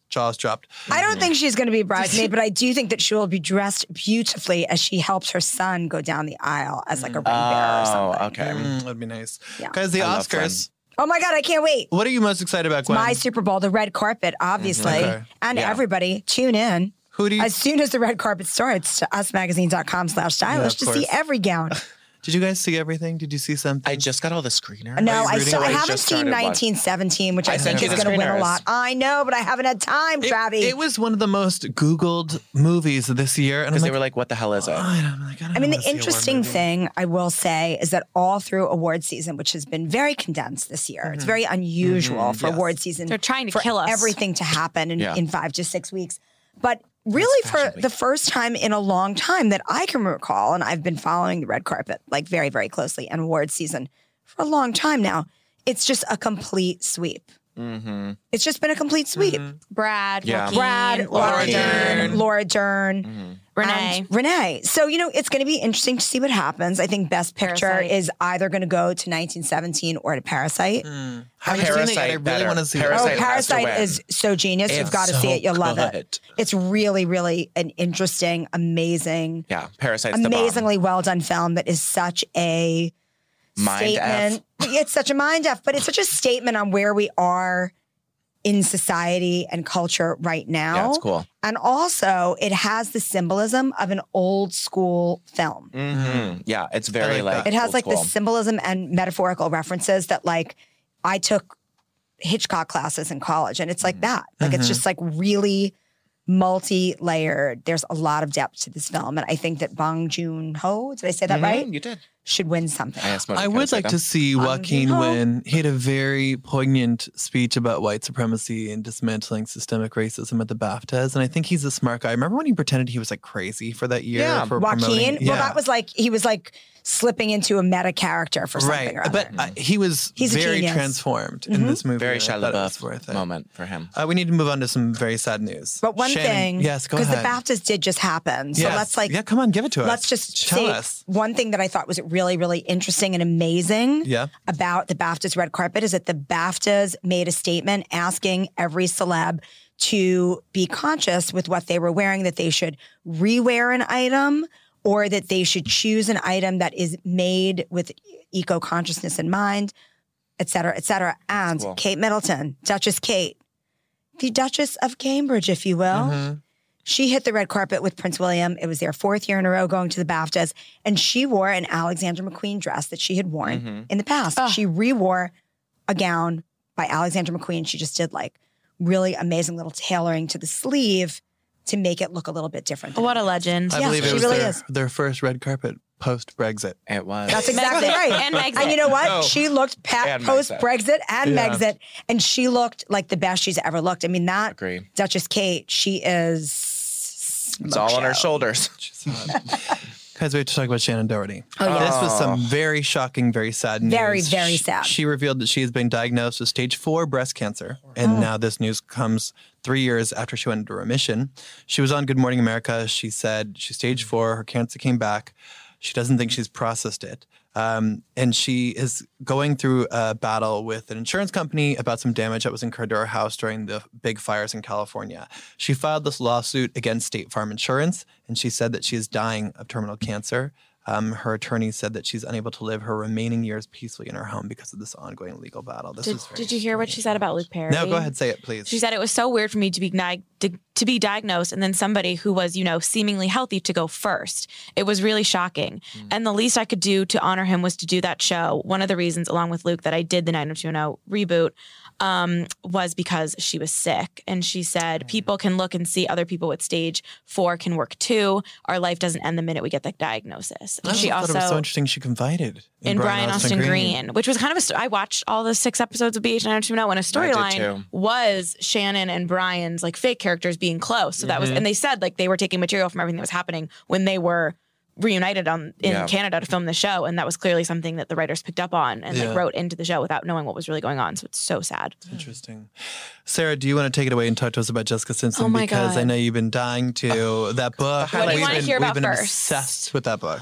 jaws dropped.
I don't think she's going to be a bridesmaid, but I do think that she will be dressed beautifully as she helps her son go down the aisle as like a ring bearer or
Oh,
something.
okay.
Mm, that'd be nice.
Yeah.
Guys, the
I love
Oscars.
Oh my God, I can't wait.
What are you most excited about, Gwen?
My Super Bowl, the red carpet, obviously.
Okay.
And
Yeah.
everybody, tune in.
Who do you?
As soon as the red carpet starts to usmagazine.com slash stylish
of
to see
course.
every gown.
Do Did you guys see everything? Did you see something?
I just got all the screeners.
No,
you
I
reading
still
it?
I
I
haven't
just
seen
started watching.
1917, which I,
I sent
think is
you the
going to win a
screeners.
lot. I know, but I haven't had time,
It-
Travi.
It, was one of the most Googled movies this year. And I'm
Because
like,
they were like, what the hell is it?
"Oh," and I'm like, I, don't
I mean,
wanna
the
see a war
interesting
movie.
thing I will say is that all through award season, which has been very condensed this year,
Mm-hmm.
it's very unusual for award season.
They're trying to
for
kill us.
Everything to happen in,
Yeah.
in five to six weeks. But really, for the first time in a long time that I can recall, and I've been following the red carpet like very, very closely and award season for a long time now, it's just a complete sweep.
Mm-hmm.
It's just been a complete sweep.
Brad,
Yeah.
Joaquin,
Brad, Laura
Laura
Dern,
Dern,
Laura Dern,
Renee.
and Um, Renee. So, you know, it's going to be interesting to see what happens. I think Best Picture
Parasite.
is either going to go to 1917 or to Parasite.
I haven't seen it yet. I
Parasite
really
better.
want to see
Oh,
Hmm. Parasite
it.
has to
Parasite
win.
is so genius. You've
It's
got to see
so
it. You'll love it.
good.
It's really, really an interesting, amazing,
Yeah, Parasite's
amazingly well done film that is such a
the bomb. Mind F.
statement. It's such a mind F, but it's such a statement on where we are in society and culture right now.
Yeah, it's cool.
And also, it has the symbolism of an old school film.
hmm Yeah, it's
Mm-hmm.
very
like
like,
that.
It has
old
like the
school.
symbolism and metaphorical references that, like, I took Hitchcock classes in college, and it's
Mm-hmm.
like that. Like, it's just like really multi layered. There's a lot of depth to this film. And I think that Bong Joon Ho, did I say that
Mm-hmm.
Mhm,
right?
You did.
Should win something.
I, asked Mona
I
Kennedy
would like
that.
to see Joaquin
Ho.
win. He had a very poignant speech about white supremacy and dismantling systemic racism at the BAFTAs, and I think he's a smart guy. Remember when he pretended he was like crazy for that year?
Yeah.
for
Joaquin,
promoting-
well, that was like, he was like slipping into a meta character for something.
right,
Or other.
but uh, he was
He's a
very
genius. Mm-hmm.
transformed in this movie.
Very
and I
Shia
thought it was worth
LaBeouf
it.
moment for him.
Uh, we need to move on to some very sad news.
But one
Shannon,
thing,
yes, go
because the
ahead.
BAFTAs did just happen, so
Yes.
let's like
yeah, come on, give it to us.
let's just
tell
say
us.
one thing that I thought was really really interesting and amazing
Yeah.
about the BAFTAs red carpet is that the BAFTAs made a statement asking every celeb to be conscious with what they were wearing that they should rewear an item or that they should choose an item that is made with eco consciousness in mind, et cetera, et cetera. And
cool.
Kate Middleton, Duchess Kate, the Duchess of Cambridge, if you will.
Mm-hmm.
Mm-hmm.
She hit the red carpet with Prince William. It was their fourth year in a row going to the BAFTAs, and she wore an Alexander McQueen dress that she had worn
Mm-hmm.
in the past. She re-wore a gown by Alexander McQueen. She just did like really amazing little tailoring to the sleeve to make it look a little bit different. than
What
it
a
was.
legend.
I
Yeah,
believe it
she
was
really
their,
is.
their first red carpet post Brexit.
It was.
That's exactly
Megxit
right.
and Megxit.
you know what?
No.
She looked pa-
And
post
Megxit.
Brexit and
Yeah.
Megxit, and she looked like the best she's ever looked. I mean, that
Agree.
Duchess Kate, she is.
It's all on her
show.
shoulders.
Guys, we have to talk about Shannon Doherty.
Oh, yeah.
This was some very shocking, very sad news.
Very, very
Sh-
sad.
She revealed that she has been diagnosed with stage four breast cancer. And
Oh.
now this news comes three years after she went into remission. She was on Good Morning America. She said she's stage four, her cancer came back. She doesn't think she's processed it. Um, and she is going through a battle with an insurance company about some damage that was incurred to her house during the big fires in California. She filed this lawsuit against State Farm Insurance, and she said that she is dying of terminal cancer. Um, her attorney said that she's unable to live her remaining years peacefully in her home because of this ongoing legal battle. This
Did,
is very
did you hear what she said about Luke Perry?
No, go ahead, say it, please.
She said it was so weird for me to be nag- to, to be diagnosed and then somebody who was, you know, seemingly healthy to go first. It was really shocking.
Mm.
And the least I could do to honor him was to do that show. One of the reasons, along with Luke, that I did the 90210 reboot um, was because she was sick. And she
Mm.
said, people can look and see other people with stage four can work too. Our life doesn't end the minute we get that diagnosis.
I
And she
thought
also
it was so interesting she confided in,
in Brian, Austin, Green, which was kind of a. St- I watched all the six episodes of BH90210 when a
too.
storyline was Shannon and Brian's like fake characters being close. So that was, and they said like they were taking material from everything that was happening when they were reunited on in
Yeah.
Canada to film the show, and that was clearly something that the writers picked up on and
Yeah.
like wrote into the show without knowing what was really going on. So it's so sad.
Interesting. Sarah, do you want to take it away and talk to us about Jessica Simpson?
Oh my
because I
God.
know you've been dying
Uh,
to that book.
What do you
We've
wanna
been-
hear about
We've been
first?
obsessed with that book.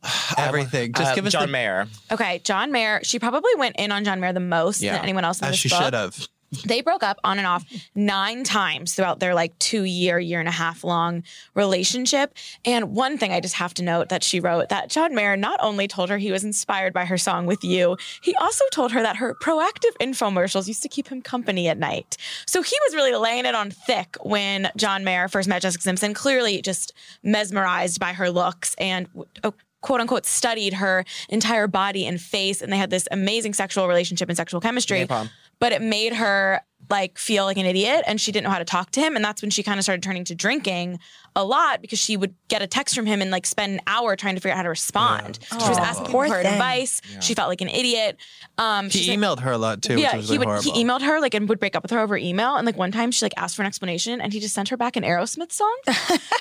Everything. Just
Uh,
give us
John
the,
Mayer.
Okay, John Mayer. She probably went in on John Mayer the most
Yeah.
than anyone else in
as
this
she
book.
should have.
they broke up on and off nine times throughout their like two year, year and a half long relationship. And one thing I just have to note that she wrote that John Mayer not only told her he was inspired by her song with you, he also told her that her proactive infomercials used to keep him company at night. So he was really laying it on thick when John Mayer first met Jessica Simpson, clearly just mesmerized by her looks and oh, quote unquote studied her entire body and face and they had this amazing sexual relationship and sexual chemistry
Napalm.
but it made her like feel like an idiot and she didn't know how to talk to him and that's when she kind of started turning to drinking a lot because she would get a text from him and like spend an hour trying to figure out how to respond she was
Oh.
asking
Poor
for her
thing.
advice she felt like an idiot um she's
He
like-
emailed her a lot too,
yeah,
which was like,
he would.
horrible.
He emailed her like and would break up with her over email. And like one time, she like asked for an explanation, and he just sent her back an Aerosmith song.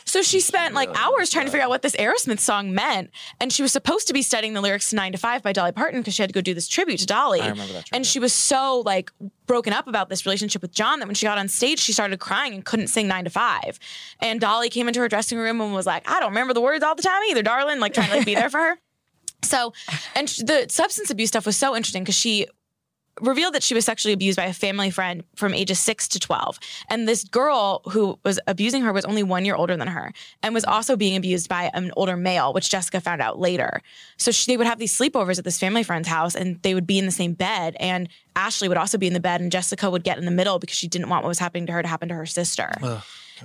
so she spent like hours trying to figure out what this Aerosmith song meant. And she was supposed to be studying the lyrics to Nine to Five by Dolly Parton because she had to go do this tribute to Dolly. I remember that. And she was so like broken up about this relationship with John that when she got on stage, she started crying and couldn't sing Nine to Five. And Dolly came into her dressing room and was like, "I don't remember the words all the time either, darling." Like trying to like, be there for her. So, and sh- the substance abuse stuff was so interesting because she revealed that she was sexually abused by a family friend from ages 6 to 12 and this girl who was abusing her was only 1 year older than her and was also being abused by an older male which Jessica found out later so she, they would have these sleepovers at this family friend's house and they would be in the same bed and Ashley would also be in the bed and Jessica would get in the middle because she didn't want what was happening to her to happen to her sister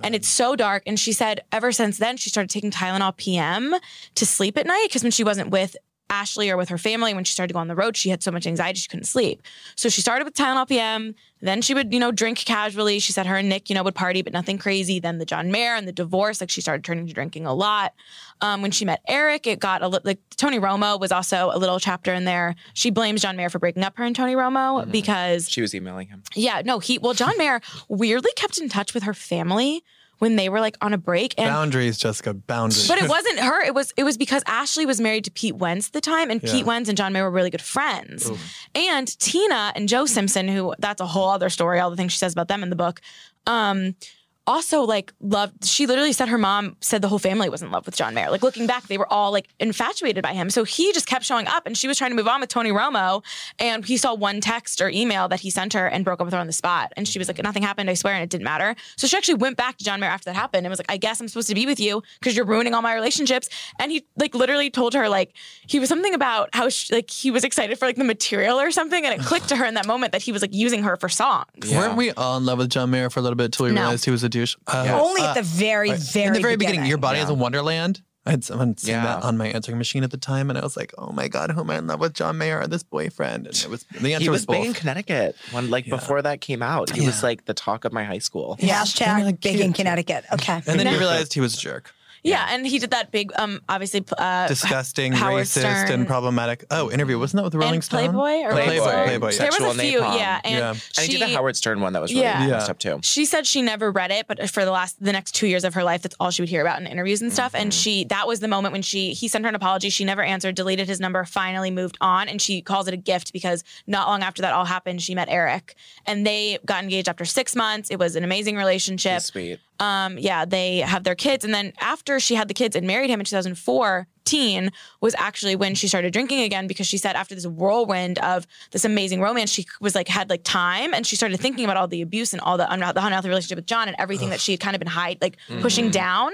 and it's so dark. And she said ever since then, she started taking Tylenol PM to sleep at night because when she wasn't with Ashley or with her family, when she started to go on the road, she had so much anxiety she couldn't sleep. So she started with Tylenol PM. Then she would, you know, drink casually. She said her and Nick, you know, would party, but nothing crazy. Then the John Mayer and the divorce, like she started turning to drinking a lot. Um, when she met Eric, it got a little like Tony Romo was also a little chapter in there. She blames John Mayer for breaking up her and Tony Romo because
She was emailing him.
yeah, no, he well, John Mayer weirdly kept in touch with her family when they were like on a break and
boundaries, Jessica. Boundaries.
but it wasn't her. It was it was because Ashley was married to Pete Wentz at the time, and Pete Wentz and John Mayer were really good friends. And Tina and Joe Simpson, who that's a whole other story, all the things she says about them in the book. Um, also, like loved. She literally said her mom said the whole family was in love with John Mayer. Like looking back, they were all like infatuated by him. So he just kept showing up, and she was trying to move on with Tony Romo. And he saw one text or email that he sent her and broke up with her on the spot. And she was like, "Nothing happened, I swear," and it didn't matter. So she actually went back to John Mayer after that happened and was like, "I guess I'm supposed to be with you because you're ruining all my relationships." And he like literally told her like he was something about how she, like he was excited for like the material or something, and it clicked to her in that moment that he was like using her for songs.
Weren't we all in love with John Mayer for a little bit till we
No.
realized he was a douche? Oh,
Only
uh,
at the very, very,
in the very beginning, your body is
Yeah.
a wonderland. I had someone sing
Yeah.
that on my answering machine at the time, and I was like, "Oh my god, who am I in love with? John Mayer or this boyfriend?" And it was the answer
He was
both.
big in Connecticut when, like, before that came out. He was like the talk of my high school.
Hashtag
Kinda
big in
cute.
Connecticut. Okay.
and then you realized he was a jerk,
Yeah, and he did that big um obviously uh,
disgusting,
Howard
racist,
Stern.
and problematic. Oh, interview wasn't that with the Rolling
and
Stone?
Playboy or
Oh, Playboy,
Rolling Stone?
Playboy, yeah.
There was a
Sexual
few,
napalm.
yeah, and
Yeah.
And
she
he did the Howard Stern one that was really
Yeah.
messed up too.
She said she never read it, but for the last the next two years of her life, that's all she would hear about in interviews and stuff.
Mm-hmm.
And she that was the moment when she he sent her an apology. She never answered, deleted his number, finally moved on, and she calls it a gift because not long after that all happened, she met Eric, and they got engaged after six months. It was an amazing relationship.
He's sweet.
Um, yeah, they have their kids, and then after she had the kids and married him in 2004. Teen was actually when she started drinking again because she said after this whirlwind of this amazing romance, she was like had like time and she started thinking about all the abuse and all the, unhe- the unhealthy relationship with John and everything that she had kind of been hide like pushing down.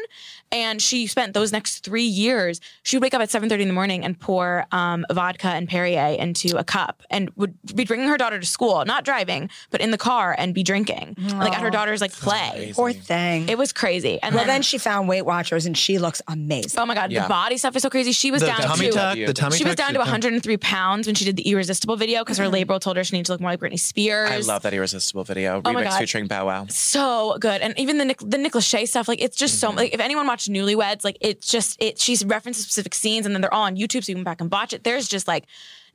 And she spent those next three years. She would wake up at seven thirty in the morning and pour um, vodka and Perrier into a cup and would be bringing her daughter to school, not driving, but in the car and be drinking like at her daughter's like play.
Poor thing.
It was crazy. And
well,
then,
then she found Weight Watchers and she looks amazing.
oh my God,
Yeah.
the body stuff is so crazy. She was
The
down
tummy
to.
tuck, the tummy
she was
tuck, Mm-hmm.
down to
the tum-
103 pounds when she did the irresistible video because her label told her she needed to look more like Britney Spears.
I love that irresistible video
Oh my
remix
God.
featuring Bow Wow.
so good. And even the Nick, the Nick Lachey stuff, like it's just so like if anyone watched Newlyweds, like it's just it she's references specific scenes and then they're all on YouTube so you can back and watch it. There's just like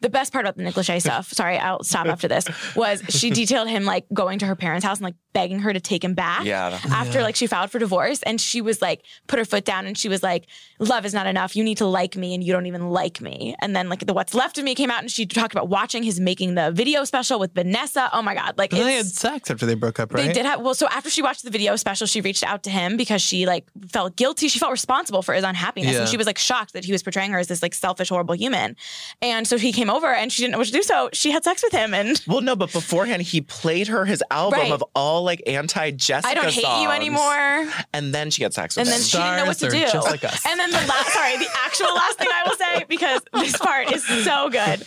the best part about the Nick Lachey stuff, sorry, I'll stop after this, was she detailed him like going to her parents' house and like begging her to take him back.
Yeah.
After like she filed for divorce and she was like put her foot down and she was like, Love is not enough. You need to like me and you don't even like me. And then like the what's left of me came out and she talked about watching his making the video special with Vanessa. Oh my God. Like
But they
it's-
had sex after they broke up, right?
they did have well. So after she watched the video special, she reached out to him because she like felt guilty. She felt responsible for his unhappiness,
Yeah.
and she was like shocked that he was portraying her as this like selfish, horrible human. And so he came over, and she didn't know what to do. So she had sex with him, and
Well, no, but beforehand he played her his album
Right.
of all like anti Jessica.
I don't hate you anymore.
And then she had sex with
And
him.
then she didn't know what to
Stars
do.
are just like us.
And then the last, sorry, the actual last thing I will say because this part is so good.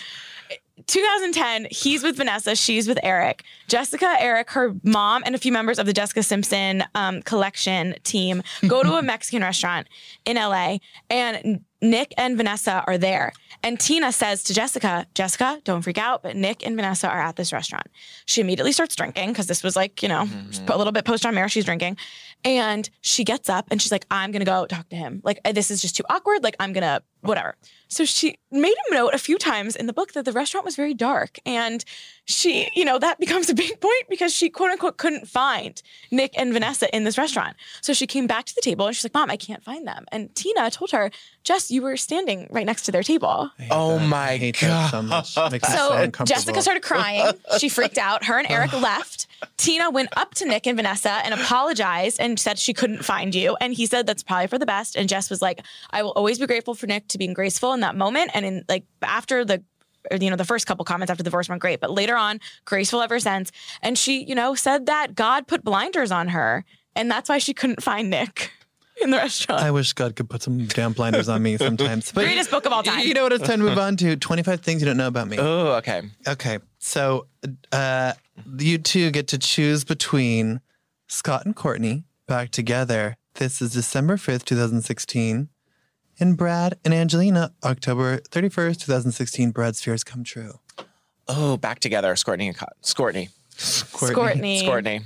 2010, he's with Vanessa, she's with Eric. Jessica, Eric, her mom, and a few members of the Jessica Simpson um, collection team go to a Mexican restaurant in LA, and Nick and Vanessa are there. And Tina says to Jessica, Jessica, don't freak out, but Nick and Vanessa are at this restaurant. She immediately starts drinking because this was like, you know,
Mm-hmm.
a little bit post John Mayer, she's drinking. And she gets up and she's like, I'm going to go talk to him. Like, uh, this is just too awkward. Like, I'm going to, whatever. So she made him note a few times in the book that the restaurant was very dark. And she, you know, that becomes a big point because she, quote unquote, couldn't find Nick and Vanessa in this restaurant. So she came back to the table and she's like, Mom, I can't find them. And Tina told her, Jess, you were standing right next to their table.
I hate
Oh
that. I
my
hate that so much. It makes me so
So
uncomfortable.
Jessica started crying. She freaked out. Her and Eric left. Tina went up to Nick and Vanessa and apologized and said she couldn't find you. And he said that's probably for the best. And Jess was like, I will always be grateful for Nick to being graceful in that moment. And in like after the or, you know, the first couple comments after the divorce weren't great, but later on, graceful ever since. And she, you know, said that God put blinders on her. And that's why she couldn't find Nick in the restaurant.
I wish God could put some damn blinders on me sometimes. But
Greatest book of all time.
You know what? It's time to move on to 25 things you don't know about me.
Oh, okay.
Okay. So uh, you two get to choose between Scott and Courtney back together. This is December 5th, 2016. And Brad and Angelina, October 31st, 2016. Brad's fears come true.
Oh, back together, Courtney and Scott. Courtney.
Courtney.
Courtney.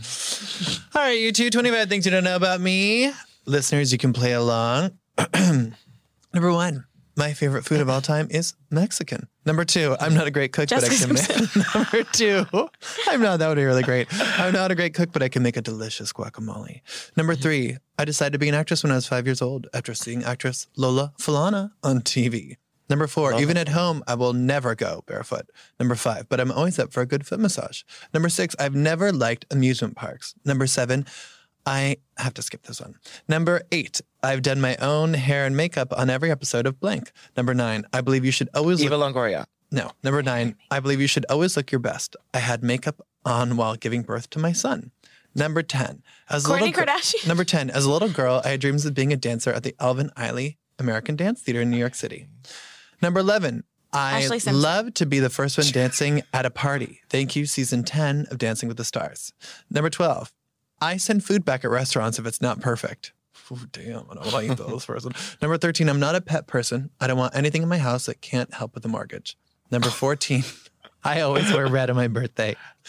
All right, you two, 25 things you don't know about me. Listeners, you can play along. Number one, my favorite food of all time is Mexican. Number two, I'm not a great cook, but I can make. Number two, I'm not that would be really great. I'm not a great cook, but I can make a delicious guacamole. Number three, I decided to be an actress when I was five years old after seeing actress Lola Falana on TV. Number four, even at home, I will never go barefoot. Number five, but I'm always up for a good foot massage. Number six, I've never liked amusement parks. Number seven, I have to skip this one. Number eight, I've done my own hair and makeup on every episode of Blank. Number nine, I believe you should always
Eva
look.
Longoria.
No, number nine, I believe you should always look your best. I had makeup on while giving birth to my son. Number ten, as a
Courtney
little gir-
Kardashian.
Number ten, as a little girl, I had dreams of being a dancer at the Alvin Ailey American Dance Theater in New York City. Number eleven, I
Ashley Simpson.
love to be the first one dancing at a party. Thank you, season ten of Dancing with the Stars. Number twelve, I send food back at restaurants if it's not perfect. Ooh, damn, I don't want to eat those person. Number 13, I'm not a pet person. I don't want anything in my house that can't help with the mortgage. Number 14, I always wear red on my birthday.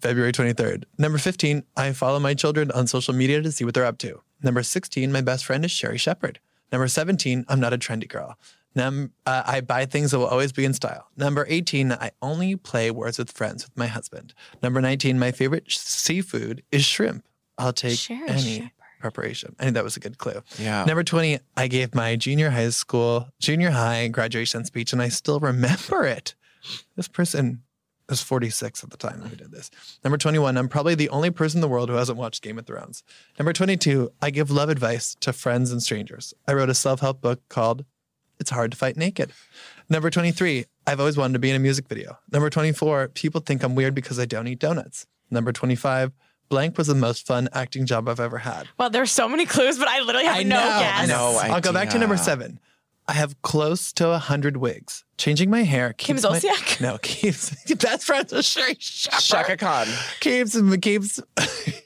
February 23rd. Number 15, I follow my children on social media to see what they're up to. Number 16, my best friend is Sherry Shepard. Number 17, I'm not a trendy girl. Num- uh, I buy things that will always be in style. Number 18, I only play words with friends with my husband. Number 19, my favorite sh- seafood is shrimp. I'll take
Sherry
any
Shepherd.
preparation. I think that was a good clue.
Yeah.
Number 20, I gave my junior high school, junior high graduation speech, and I still remember it. This person was 46 at the time who did this. Number 21, I'm probably the only person in the world who hasn't watched Game of Thrones. Number 22, I give love advice to friends and strangers. I wrote a self help book called It's Hard to Fight Naked. Number 23, I've always wanted to be in a music video. Number 24, people think I'm weird because I don't eat donuts. Number 25, blank was the most fun acting job I've ever had.
Well, there's so many clues, but I literally have
I
no
know,
guess.
I know.
No
I'll go back to
idea.
number seven. I have close to a hundred wigs. Changing my hair.
Kim
keeps my-
Zolciak?
No, keeps that's Francis Sherry Shepherd.
Shaka Khan.
Keeps keeps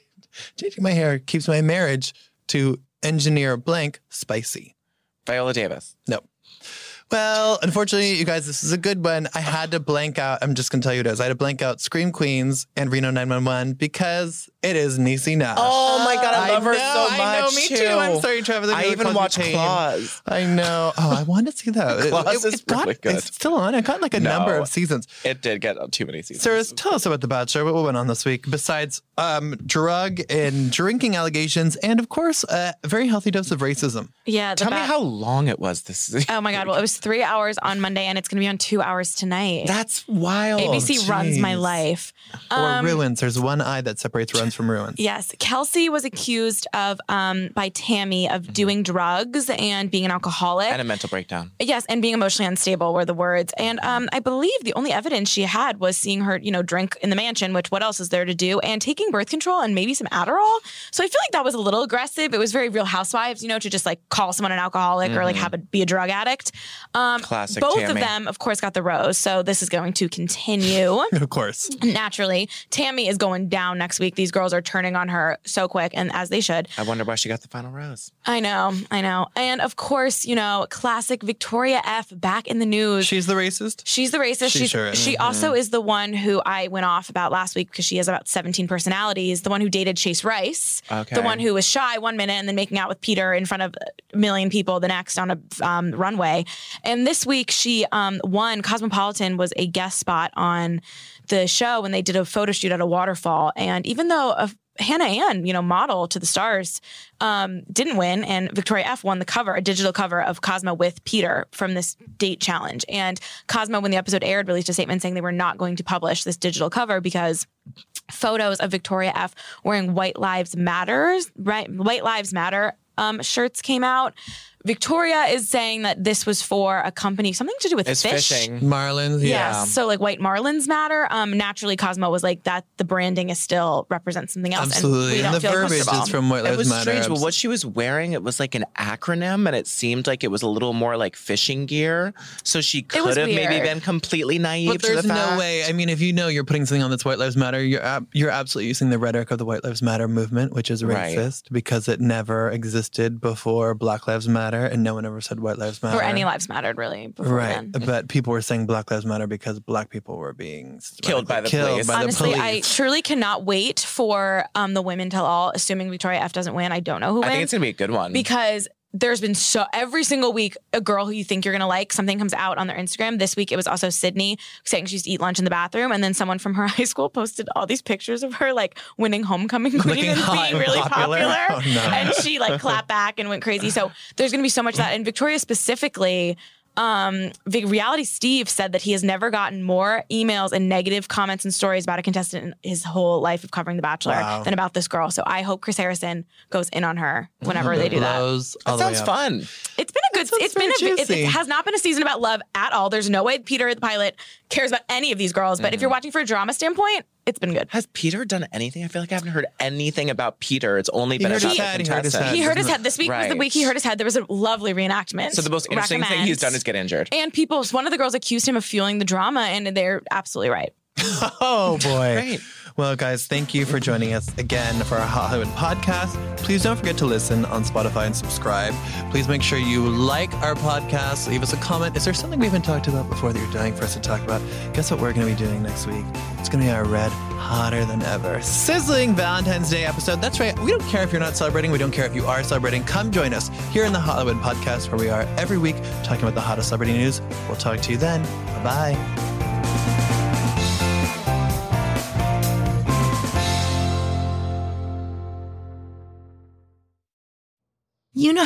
changing my hair keeps my marriage to engineer blank spicy.
Viola Davis.
No. Well, unfortunately, you guys, this is a good one. I had to blank out. I'm just gonna tell you it is. I had to blank out Scream Queens and Reno 911 because it is Niecy Nash.
Oh my god, I love her
know,
so much.
I know, me too. I'm sorry, Travis.
I
really
even
caused
watch
pain.
Claws.
I know. Oh, I want to see that. It-
Claws
it-
is
it got-
really good.
It's still on. It got like a number
No.
of seasons.
It did get too many seasons.
Sarah, tell us about The Bachelor. What went on this week besides um, drug and drinking allegations, and of course, a very healthy dose of racism?
Yeah. the
Tell me
ba-
how long it was this season.
Oh my God. Well, it was three hours on Monday and it's going to be on two hours tonight.
That's wild.
ABC runs my
oh, jeez.
life. Um,
or ruins. There's one eye that separates ruins from ruins.
Yes. Kelsey was accused of, um, by Tammy, of doing drugs and being an alcoholic.
And a mental breakdown.
Yes, and being emotionally unstable were the words. And um, I believe the only evidence she had was seeing her, you know, drink in the mansion, which what else is there to do? And taking birth control and maybe some Adderall. So I feel like that was a little aggressive. It was very Real Housewives, you know, to just like call someone an alcoholic or like have a, be a drug addict. Um,
Classic
Both of
Tammy.
them, of course, got the rose. So this is going to continue
Of course.
naturally. Tammy is going down next week. These girls are turning on her so quick, and as they should.
I wonder why she got the final rose.
I know, I know. And of course, you know, classic Victoria F. back in the news.
She's the racist.
She's the racist.
She
She's,
sure is.
She
mm-hmm.
also is the one who I went off about last week because she has about 17 personalities. The one who dated Chase Rice,
Okay.
the one who was shy one minute and then making out with Peter in front of a million people the next on a um, runway. And this week, she um, won. Cosmopolitan was a guest spot on the show when they did a photo shoot at a waterfall. And even though a Hannah Ann, you know, model to the stars, um, didn't win, and Victoria F won the cover, a digital cover of Cosmo with Peter from this date challenge. And Cosmo, when the episode aired, released a statement saying they were not going to publish this digital cover because photos of Victoria F wearing White Lives Matters, right? White Lives Matter um, shirts came out. Victoria is saying that this was for a company, something to do with
It's
fish.
fishing.
Marlins.
Yes.
Yeah.
So like white marlins matter. Um, naturally, Cosmo was like that. The branding is still represents something else.
Absolutely.
And we don't
And the
feel
verbiage
comfortable.
is from White
It
Lives
was
Matter.
strange, but what she was wearing, it was like an acronym, and it seemed like it was a little more like fishing gear. So she
was
could have maybe
weird.
been completely naive
But
to the
there's no
fact.
way. I mean, if you know you're putting something on that's White Lives Matter, you're ab- you're absolutely using the rhetoric of the White Lives Matter movement, which is
Right.
racist because it never existed before Black Lives Matter, and no one ever said White Lives Matter
or any lives mattered really before
uh, Right,
then.
but people were saying Black Lives Matter because Black people were being
Killed by the
killed
police.
By
Honestly,
the
I
police.
truly cannot wait for um, the women tell all. Assuming Victoria F doesn't win, I don't know who
I
wins
think it's gonna be a good one.
because there's been so every single week a girl who you think you're gonna like something comes out on their Instagram. This week it was also Sydney saying she used to eat lunch in the bathroom, and then someone from her high school posted all these pictures of her like winning homecoming queen
Looking
and
hot
being
and
really
popular.
popular,
Oh, no.
and she like clapped back and went crazy. So there's gonna be so much of that, and Victoria specifically. Um, Vic- reality Steve said that he has never gotten more emails and negative comments and stories about a contestant in his whole life of covering The Bachelor
Wow.
than about this girl. So I hope Chris Harrison goes in on her whenever they do that.
Blows all
that
the way
sounds
up.
fun.
It's been a good.
sounds
It's been
very
a. It,
juicy.
it has not been a season about love at all. There's no way Peter the pilot cares about any of these girls. But if you're watching for a drama standpoint, it's been good.
Has Peter done anything? I feel like I haven't heard anything about Peter. It's only
He
been
hurt
about
his
the
head, he hurt his
contestants.
head.
He hurt his head. This week was
Right.
the week he hurt his head. There was a lovely reenactment.
So the most interesting thing he's
Recommend.
done is get injured.
And people, one of the girls accused him of fueling the drama, and they're absolutely right.
Oh boy.
Great.
Well, guys, thank you for joining us again for our Hot Hollywood podcast. Please don't forget to listen on Spotify and subscribe. Please make sure you like our podcast. Leave us a comment. Is there something we haven't talked about before that you're dying for us to talk about? Guess what we're going to be doing next week? It's going to be our red, hotter than ever, sizzling Valentine's Day episode. That's right. We don't care if you're not celebrating. We don't care if you are celebrating. Come join us here in the Hot Hollywood podcast where we are every week talking about the hottest celebrity news. We'll talk to you then. Bye bye.
You know